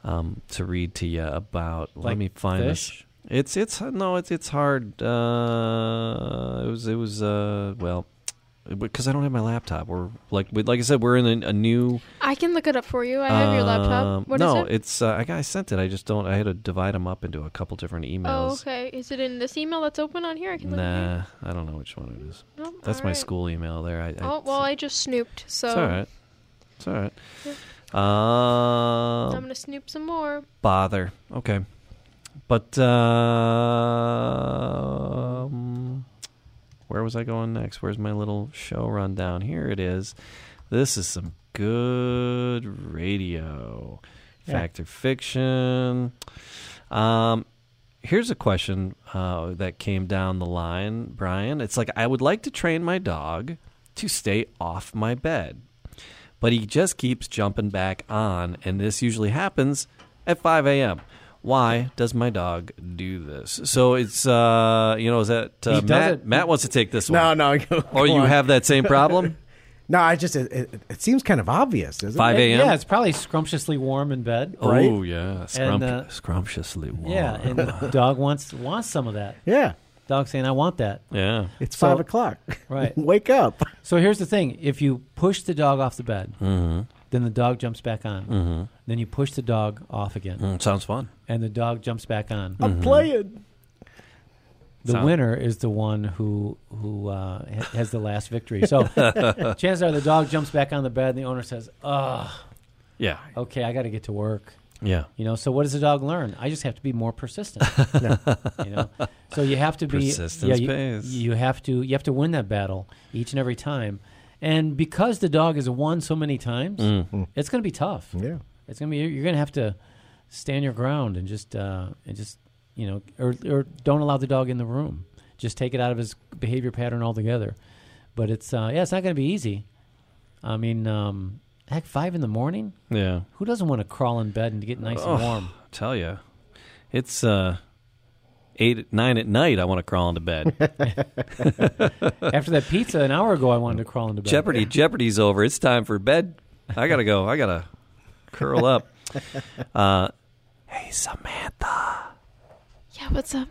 um, to read to you about. Let
Like
me find
fish?
this. It's it's no it's it's hard. Uh, it was it was uh, well because I don't have my laptop. We're like, we, like I said, we're in a, a new.
I can look it up for you. I have your
um,
laptop. What is
no,
it?
it's uh, I got I sent it. I just don't. I had to divide them up into a couple different emails.
Oh, okay. Is it in this email that's open on here? I can look at
Nah, I don't know which one it is.
it. Nope,
That's my
alright.
school email there. I, I,
Oh well, I just snooped, so
it's all right. It's all right.
Yeah.
Um,
I'm gonna snoop some more.
bother. Okay. But uh, um, where was I going next? Where's my little show rundown? Here it is. This is some good radio.
Yeah.
Fact or fiction. Um, here's a question uh, that came down the line, Brian. It's like I would like to train my dog to stay off my bed, but he just keeps jumping back on, and this usually happens at 5 a.m. Why does my dog do this? So it's uh, you know is that uh,
He does
Matt?
it-
Matt wants to take this
No,
one.
no.
Or you have that same problem?
No, I just it, it, it seems kind of obvious, doesn't
Five
it?
a.m.
Yeah, it's probably scrumptiously warm in bed.
Oh yeah, Scrump-
And, uh,
scrumptiously warm.
Yeah, and the dog wants wants some of that.
Yeah,
Dog saying, "I want that."
yeah.
it's
So-
five o'clock.
Right.
wake up.
So here's the thing: if you push the dog off the bed,
Mm-hmm.
then the dog jumps back on. Then you push the dog off again,
Mm, sounds fun.
and the dog jumps back on.
I'm playing.
The
Sound-
winner is the one who who uh, ha- has the last victory. So chances are the dog jumps back on the bed, and the owner says, "Ugh,
Yeah,
okay, I got to get to work."
yeah.
You know, so what does the dog learn? I just have to be more persistent. You know, so you have to be
Persistence
you,
pays.
you have to you have to win that battle each and every time, and because the dog has won so many times,
Mm.
it's going to be tough.
Yeah.
It's going to be you're going to have to stand your ground and just uh, and just you know or or don't allow the dog in the room. Just take it out of his behavior pattern altogether. But it's uh, yeah, it's not going to be easy. I mean, um, heck, five in the morning.
Yeah.
Who doesn't want to crawl in bed and get nice
Oh.
and warm?
Tell you, it's uh, eight at nine at night. I want to crawl into bed.
After that pizza an hour ago, I wanted to crawl into bed.
Jeopardy, Jeopardy's over. It's time for bed. I gotta go. I gotta curl up. Uh, hey Samantha,
Yeah, what's up?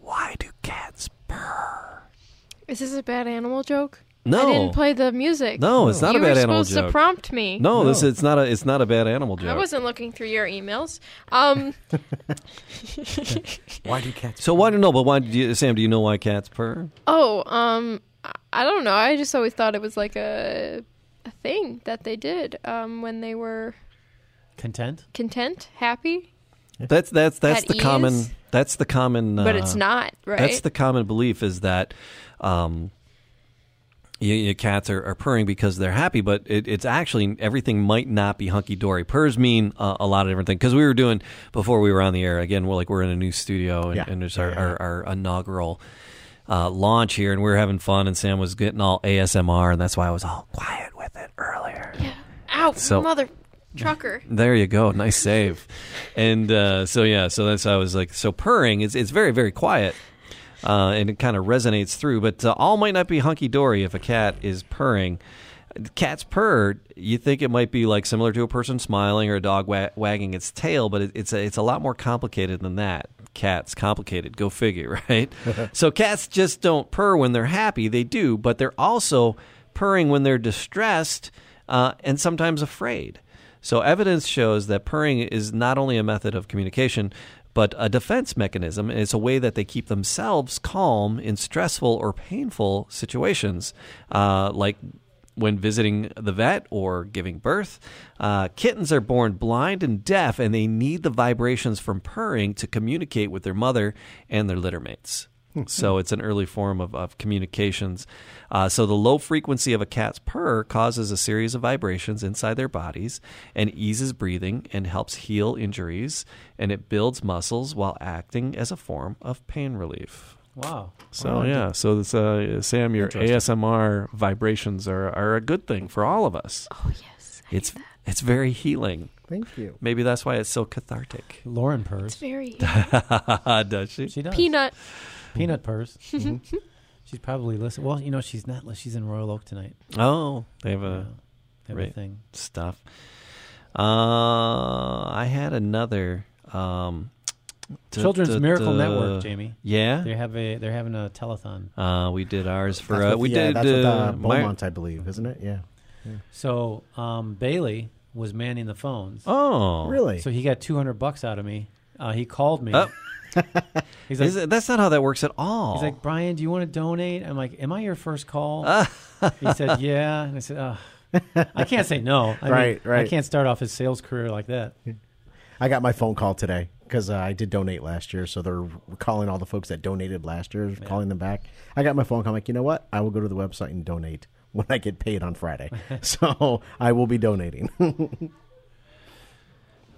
why do cats purr?
Is this a bad animal joke?
No,
I didn't play the music.
no, it's not
you
a bad
were
animal
supposed
joke.
to prompt me.
no, this it's not a it's not a bad animal
I
joke.
wasn't looking through your emails. Um,
Why do cats?
so why do no? But why, do you, Sam? Do you know why cats purr?
oh, um, I- I don't know. I just always thought it was like a a thing that they did um, when they were
Content?
content, happy,
That's that's that's
At
the common
ease?
that's the common.
but
uh,
it's not right.
That's the common belief is that um, your, your cats are, are purring because they're happy, but it, it's actually everything might not be hunky dory. Purrs mean uh, a lot of different things because we were doing before we were on the air. Again, we're like we're in a new studio and,
Yeah.
and there's
Yeah,
our,
yeah.
Our, our inaugural. Uh, launch here, and we were having fun, and Sam was getting all ASMR, and that's why I was all quiet with it earlier.
Ow,
So-
mother trucker.
There you go. Nice save. and uh, so yeah, so that's how I was like, so purring is it's very very quiet. Uh, and it kind of resonates through, but uh, all might not be hunky dory if a cat is purring. Cats purr. You think it might be like similar to a person smiling or a dog wa- wagging its tail, but it, it's a, it's a lot more complicated than that. Cats complicated. Go figure, right? so cats just don't purr when they're happy. They do, but they're also purring when they're distressed uh, and sometimes afraid. So evidence shows that purring is not only a method of communication, but a defense mechanism. It's a way that they keep themselves calm in stressful or painful situations, uh, like when visiting the vet or giving birth. Uh, kittens are born blind and deaf, and they need the vibrations from purring to communicate with their mother and their littermates. So it's an early form of, of communications. Uh, so the low frequency of a cat's purr causes a series of vibrations inside their bodies and eases breathing and helps heal injuries and it builds muscles while acting as a form of pain relief.
Wow.
So yeah, so this, uh, Sam, your ASMR vibrations are, are a good thing for all of us.
Oh yes,
It's it's very healing.
Thank you.
Maybe that's why it's so cathartic.
Lauren
it's
purrs.
very
Does she?
She does.
peanut.
Peanut purrs. She's probably listening. Well, you know, she's not. li- She's in Royal Oak tonight.
Oh, they have
Uh,
a right.
everything.
stuff. Uh, I had another. Um,
Children's
Duh, duh,
Miracle
duh.
Network, Jamie. They
Yeah,
have a they're having a telethon.
uh, we did ours for
That's
uh,
with-
we
yeah,
did
that's with,
uh,
uh,
my-
Beaumont, I believe, isn't it? Yeah.
So um, Bailey was manning the phones.
Oh,
Really?
So he got two hundred bucks out of me. Uh, he called me.
Oh.
he's like,
Is it- that's not how that works at all.
he's like, Brian, do you want to donate? I'm like, Am I your first call? he said, Yeah, and I said, Ugh. I can't say no. I mean,
Right, right.
I can't start off his sales career like that.
I got my phone call today because uh, I did donate last year, so they're calling all the folks that donated last year, calling them back. I got my phone call. I'm like, you know what? I will go to the website and donate when I get paid on Friday. so I will be donating.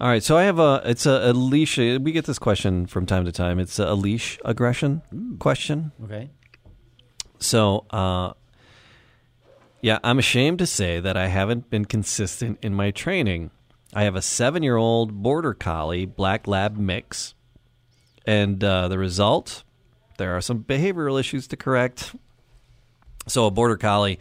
All right, so I have a it's a, a leash. We get this question from time to time. It's a leash aggression question.
Okay.
So, uh, yeah, I'm ashamed to say that I haven't been consistent in my training. I have a seven year old border collie black lab mix, and uh, the result there are some behavioral issues to correct. So, a border collie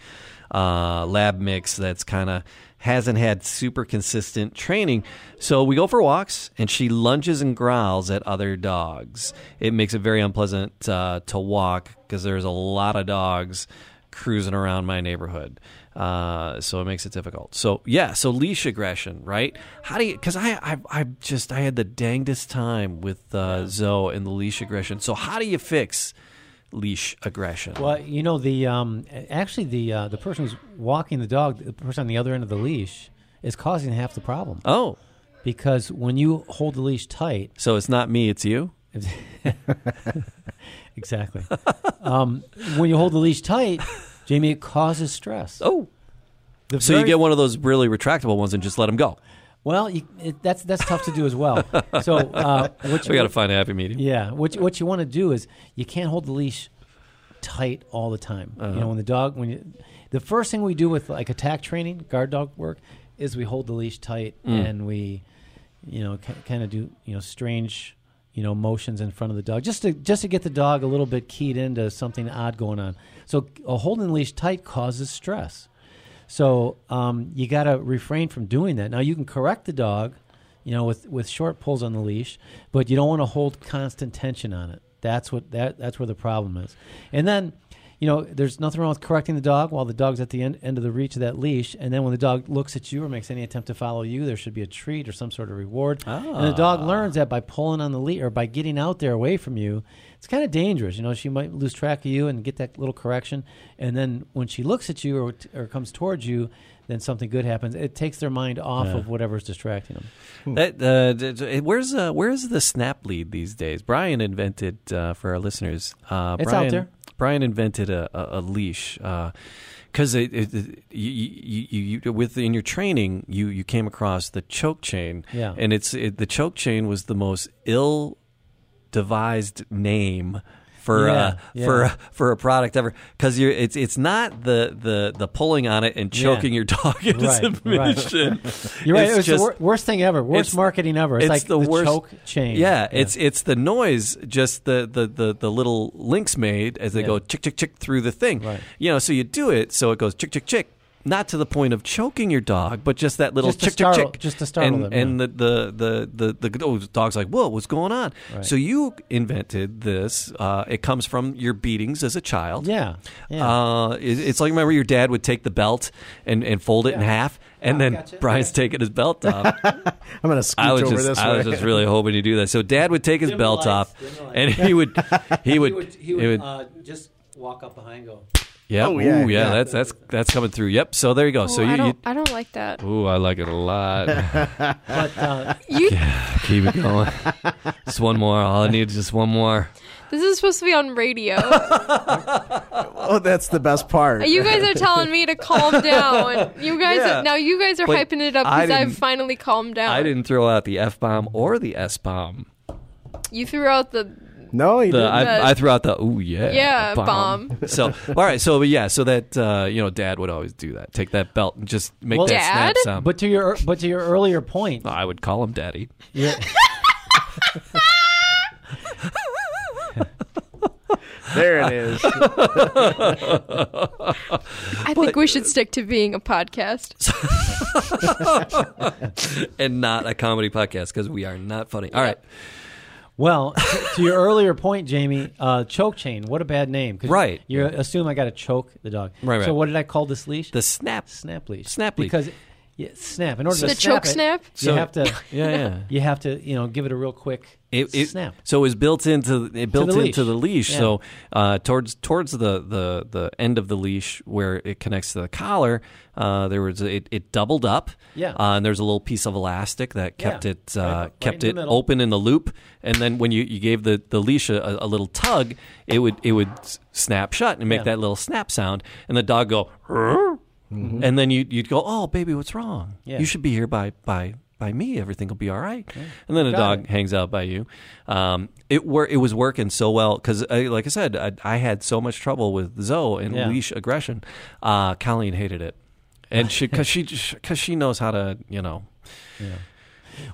uh, lab mix that's kind of hasn't had super consistent training. So, we go for walks, and she lunges and growls at other dogs. It makes it very unpleasant uh, to walk because there's a lot of dogs cruising around my neighborhood. Uh, so it makes it difficult. So yeah, so leash aggression, right? How do you? Because I, I, I just I had the dangest time with uh, Zoe and the leash aggression. So how do you fix leash aggression?
Well, you know the um, actually the uh, the person who's walking the dog, the person on the other end of the leash, is causing half the problem
Oh,
because when you hold the leash tight,
so it's not me, it's you.
exactly, um, when you hold the leash tight, Jamie, it causes stress.
Oh,
The
so you
very-
get one of those really retractable ones and just let them go.
well, you, it, that's that's tough to do as well. So uh, what you
We got to find a happy medium.
Yeah, what you- what you want to do is you can't hold the leash tight all the time. You know, when the dog when you, the first thing we do with like attack training, guard dog work, is we hold the leash tight and we, you know, k- kind of do you know strange, you know, motions in front of the dog just to just to get the dog a little bit keyed into something odd going on. So uh, holding the leash tight causes stress. So um, you got to refrain from doing that. Now you can correct the dog, you know, with, with short pulls on the leash, but you don't want to hold constant tension on it. That's what that that's where the problem is. And then, you know, there's nothing wrong with correcting the dog while the dog's at the end, end of the reach of that leash. And then when the dog looks at you or makes any attempt to follow you, there should be a treat or some sort of reward. And the dog learns that by pulling on the leash or by getting out there away from you, it's kind of dangerous. You know, she might lose track of you and get that little correction. And then when she looks at you or, or comes towards you, then something good happens. It takes their mind off of whatever's distracting them.
That, uh, d- d- where's uh, where's the snap lead these days? Brian invented uh, for our listeners. Uh,
It's out
Brian,
there.
Brian invented a, a, a leash because it, it, it- you, you, you, you, within your training, you, you came across the choke chain,
Yeah.
and it's it, the choke chain was the most ill devised name for uh,
Yeah,
for
yeah.
for a product ever because you it's it's not the, the the pulling on it and choking your dog into
Right, right.
submission.
You're right.
It's
it was
just-
the wor- worst thing ever. Worst
it's-
marketing ever. It's, like the,
worst
choke chain.
Yeah, it's it's the noise, just the the the, the little links made as they
Yeah.
go chick chick chick through the thing.
Right.
You know, so you do it, so it goes chick chick chick. Not to the point of choking your dog, but just that little
Just to
chick
startle-
chick chick,
just to
and,
startle them,
And the the the the, the oh, the dog's like, whoa, what's going on?
Right.
So you invented this. Uh, it comes from your beatings as a child.
Yeah. yeah.
Uh, it, it's like remember your dad would take the belt and, and fold it in half, and then Brian's taking his belt off,
I'm going to scooch
I was
over
just,
this
I
way.
was just really hoping you do that. So Dad would take his
Dim the
belt
lights,
off,
dim the lights.
and he would, he would,
uh, just walk up behind go.
yeah,
Oh, yeah,
ooh, yeah,
yeah.
That's that's that's coming through. Yep. So there you go. so
Ooh,
you, Oh,
Oh, I
you,
don't, I don't like that.
ooh, I like it a lot.
But uh,
You,
Keep it going. just one more. All I need is just one more.
this is supposed to be on radio.
oh, that's the best part.
Uh, you guys are telling me to calm down. You guys,
Yeah.
now you guys are
But
hyping it up
I
because I've
didn't-
finally calmed down.
I didn't throw out the f bomb or the s bomb.
You threw out the
no, you
The
didn't.
The-
I, I threw out the ooh yeah
Yeah,
So all right. So yeah. So that uh, you know, Dad would always do that. Take that belt and just make
Well,
that
Dad?
snap sound.
but to your but to your earlier point,
I would call him Daddy.
your-
there it is.
I think we should stick to being a podcast.
and not a comedy podcast because we are not funny. All right.
Well, to, to your earlier point, Jamie, uh, choke chain. What a bad name. 'Cause
Right.
You assume I got to choke the dog.
Right,
So
right.
what did I call this leash?
The snap.
snap leash.
snap leash.
Because yeah, snap. In order
The
to snap
choke
it,
snap?
you
So-
have to.
Yeah, yeah.
You have to, you know, give it a real quick
It, it-
snap.
So it was built into it built
the
into
leash.
the leash.
Yeah.
So uh, towards towards the, the the end of the leash where it connects to the collar, uh, there was it, it doubled up.
Yeah.
Uh, and there's a little piece of elastic that kept
Yeah.
it uh,
Right up- right
kept
in the
it
middle.
open in the loop. And then when you, you gave the, the leash a, a little tug, it would it would s- snap shut and make
Yeah.
that little snap sound. And the dog go. "Rrr." And then you, you'd go, oh baby, what's wrong?
Mm-hmm. Yeah.
You should be here by by by me. Everything will be all right. And then a
Got
dog
it.
hangs out by you. Um, it were it was working so well because, like I said, I, I had so much trouble with Zoe and
Yeah.
leash aggression. Uh, Colleen hated it, and she because she because she knows how to you know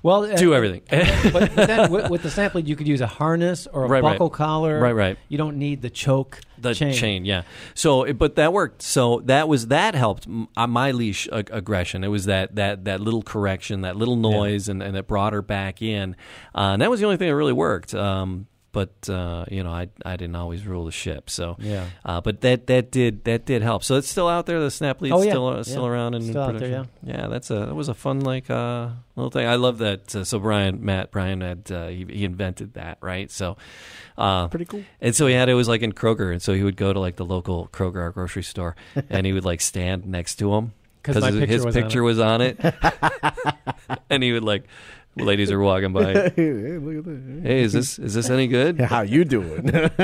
Well, uh,
do everything.
but but then with, with the snap lead, you could use a harness or a
Right, right.
buckle collar.
Right, right.
You don't need the choke.
the chain. yeah so it- but that worked so that was that helped m- uh, my leash ag- aggression it was that that that little correction that little noise and, and it brought her back in uh, and that was the only thing that really worked um, but uh, you know I, I didn't always rule the ship so
Yeah.
uh, but that that did that did help so it's still out there the snap lead's
Oh, yeah.
still uh,
Yeah.
still around and in
Still out there,
production yeah that's a that was a fun like uh, little thing I love that uh, so Brian Matt Brian had uh, he, he invented that right so uh,
Pretty cool.
and so he had it was like in Kroger, and so he would go to like the local Kroger or grocery store, and he would like stand next to him
'Cause my
his,
picture
his
was on
picture
it.
was on it, and he would like ladies are walking by.
Hey, look at that.
Hey, is this is this any good?
How you doing?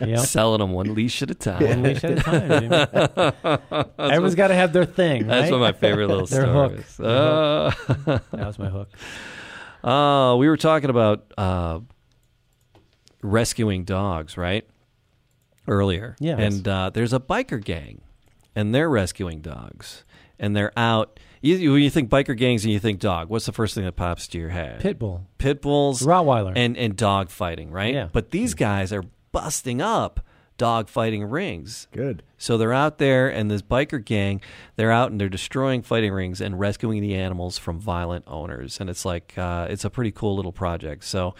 Yeah.
Selling them one leash at a time.
One leash at a time. I mean. Everyone's got to have their thing.
That's
right?
what my favorite little
Their
story
hook.
is. Uh,
That was my hook.
uh, we were talking about uh, rescuing dogs, right? Earlier.
Yes.
And uh, there's a biker gang, and they're rescuing dogs, and they're out. You, you- when you think biker gangs and you think dog, what's the first thing that pops to your head?
Pit bull.
Pit bulls,
Rottweiler.
and and dog fighting, right?
Yeah.
But these guys are busting up dog fighting rings.
Good.
So they're out there, and this biker gang, they're out and they're destroying fighting rings and rescuing the animals from violent owners. And it's like, uh, it's a pretty cool little project. So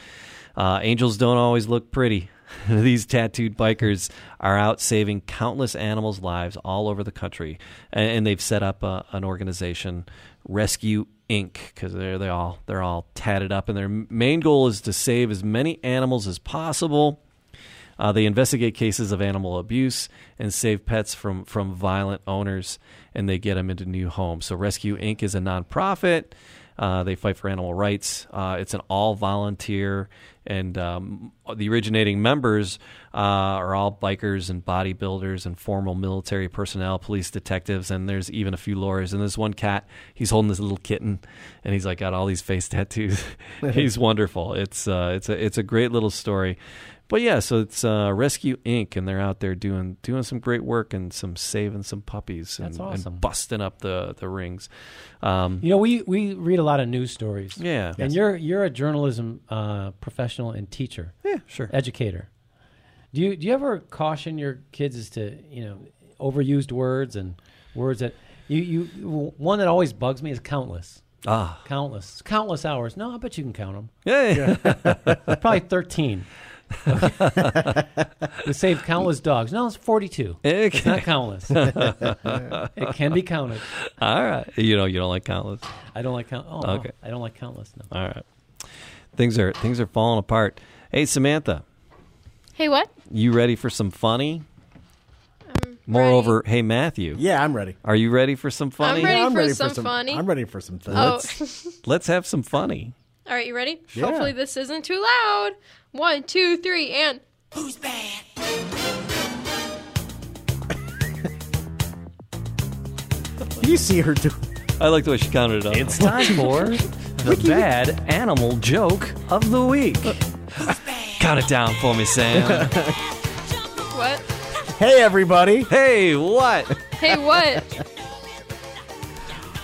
uh, angels don't always look pretty. These tattooed bikers are out saving countless animals' lives all over the country. And, and they've set up uh, an organization, Rescue Inc., because they're, they all, they're all tatted up. And their m- main goal is to save as many animals as possible. Uh, they investigate cases of animal abuse and save pets from, from violent owners, and they get them into new homes. So Rescue Inc. is a nonprofit. Uh, they fight for animal rights. Uh, it's an all volunteer, and um, the originating members uh, are all bikers and bodybuilders and formal military personnel, police detectives, and there's even a few lawyers. And this one cat, he's holding this little kitten, and he's like got all these face tattoos. he's wonderful. It's uh, it's a it's a great little story. But yeah, so it's uh, Rescue Inc. and they're out there doing doing some great work and some saving some puppies and,
That's awesome.
and busting up the the rings. Um,
You know, we, we read a lot of news stories.
yeah,
And you're you're a journalism uh, professional and teacher,
yeah, sure.
educator. Do you do you ever caution your kids as to you know overused words and words that you you one that always bugs me is countless,
Ah,
countless, countless hours. No, I bet you can count them.
yeah, yeah.
Probably thirteen. we saved countless dogs. No, it's forty-two. It's
Okay.
not countless. it can be counted.
All right. You know, you don't like countless.
I don't like count. Oh, no.
Okay.
I don't like countless. No.
All right. Things are things are falling apart. Hey, Samantha,
Hey, what?
you ready for some funny? Moreover, hey Matthew,
Yeah, I'm ready.
are you ready for some funny?
I'm ready
Yeah, I'm
for
ready
some
for some
funny.
I'm ready for some fun.
Oh,
Let's have some funny.
all right, you ready?
Yeah.
Hopefully, this isn't too loud. One, two, three, and
You see her do
I like the way she counted it up. It's time for the bad animal joke of the week. Count it down for me, Sam.
what?
Hey everybody,
hey, what?
Hey, what?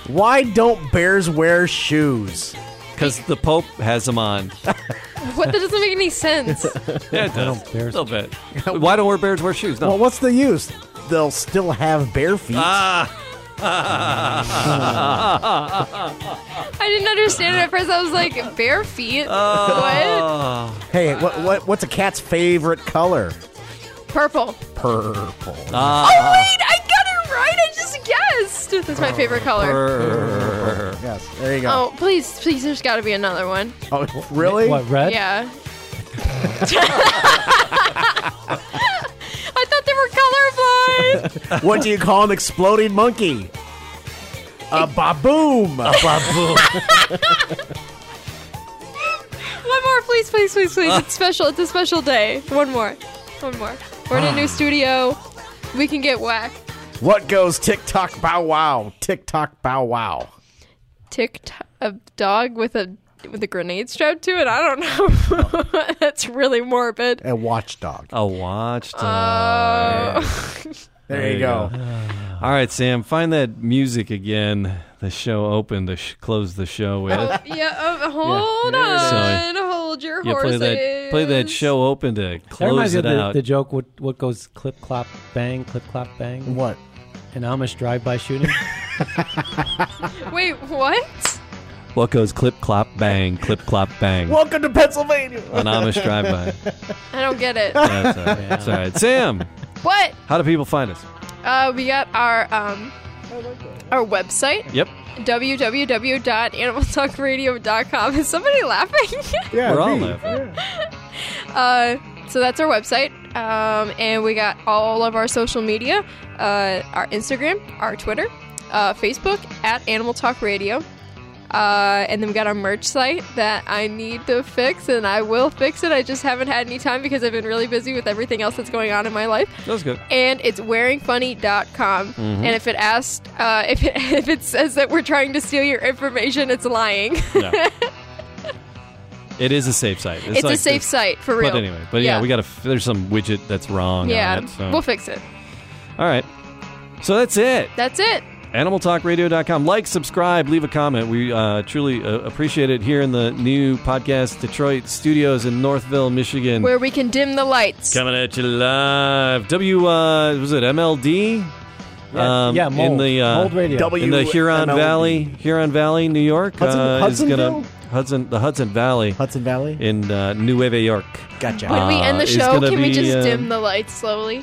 why don't bears wear shoes?
Because the Pope has them on.
what? That doesn't make any sense.
Yeah, it does.
don't- bears-
A little bit. Why don't wear bears wear shoes? No.
Well, what's the use? They'll Ah. still have bare feet.
I didn't understand it at first. I was like, bare feet?
Oh.
Hey, what, what what's a cat's favorite color?
What? Purple.
Purple.
Uh-huh.
Oh, wait! I got it right! I just guessed! That's my favorite color.
yes, there you go.
Oh, please, please, there's gotta be another one.
Oh, really?
What red?
Yeah. I thought they were colorblind!
What do you call an exploding monkey? A baboom. A baboom.
One more, please, please, please, please. It's special. It's a special day. One more. One more. We're in a new studio. We can get whack.
what goes tick tock bow wow? Tick tock bow wow.
Tick t- a dog with a with a grenade strapped to it. I don't know. That's really morbid.
A watchdog.
A watchdog.
Uh,
There,
There
you
you
go.
All right, Sam, find that music again. The show opened to sh- close the show with.
Oh, yeah. Oh, hold
Yeah.
on. Hold your
Yeah, play
horses.
that play that show open to
That
close
reminds me
it
of the,
out.
the joke. What what goes clip clop bang, clip clop bang?
What?
An Amish drive-by shooting.
Wait, what?
What goes clip clop bang, clip clop bang.
Welcome to Pennsylvania.
An Amish drive by.
I don't get it.
That's all right. That's all right. Sam,
what?
how do people find us?
Uh, we got our um our website
Yep.
www.animaltalkradio.com. Is somebody laughing?
Yeah,
We're all
me.
laughing.
Uh, so that's our website. Um, and we got all of our social media uh, our Instagram, our Twitter, uh, Facebook, at Animal Talk Radio. Uh, and then we got our merch site that I need to fix, and I will fix it. I just haven't had any time because I've been really busy with everything else that's going on in my life
That was good.
and it's wearingfunny.com.
Mm-hmm.
And if it asked, uh, if, it, if it says that we're trying to steal your information, it's lying.
No. It is a safe site.
It's,
like-
a safe site for real.
But anyway, but yeah, we got to. There's some widget that's wrong.
Yeah,
On it, so.
we'll fix it.
All right. So that's it.
That's it.
Mm. animaltalkradio.com. Like, subscribe, leave a comment. We uh, truly uh, appreciate it here in the new podcast Detroit studios in Northville, Michigan.
Where we can dim the lights.
Coming at you live. W uh, was it MLD?
Yeah, yeah,
in
mold.
the uh,
Mold radio.
W-
in the Huron
MLD.
Valley, Huron Valley, New York.
Hudson-
uh, is gonna
Hudsonville?
Hudson the Hudson Valley
Hudson Valley.
in uh, Nueva York.
Gotcha.
when we end
uh,
the
it's
show,
gonna
can we
be,
just
uh,
dim the lights slowly?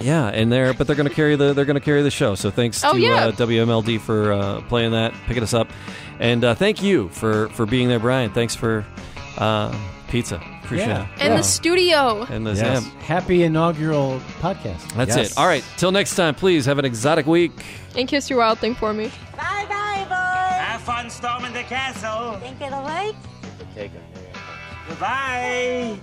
Yeah, and they're but they're going to carry the they're going to carry the show. So thanks
Oh,
to
yeah.
uh, WMLD for uh, playing that, picking us up, and uh, thank you for for being there, Brian. Thanks for uh, pizza. Appreciate
Yeah.
it.
And
Yeah.
the studio.
And the
Yes.
Sam.
Happy inaugural podcast.
That's
Yes.
it. All right. Till next time, please have an exotic week.
And kiss your wild thing for me.
Bye bye, boys.
Have fun storming the castle.
Think it'll work?
Goodbye.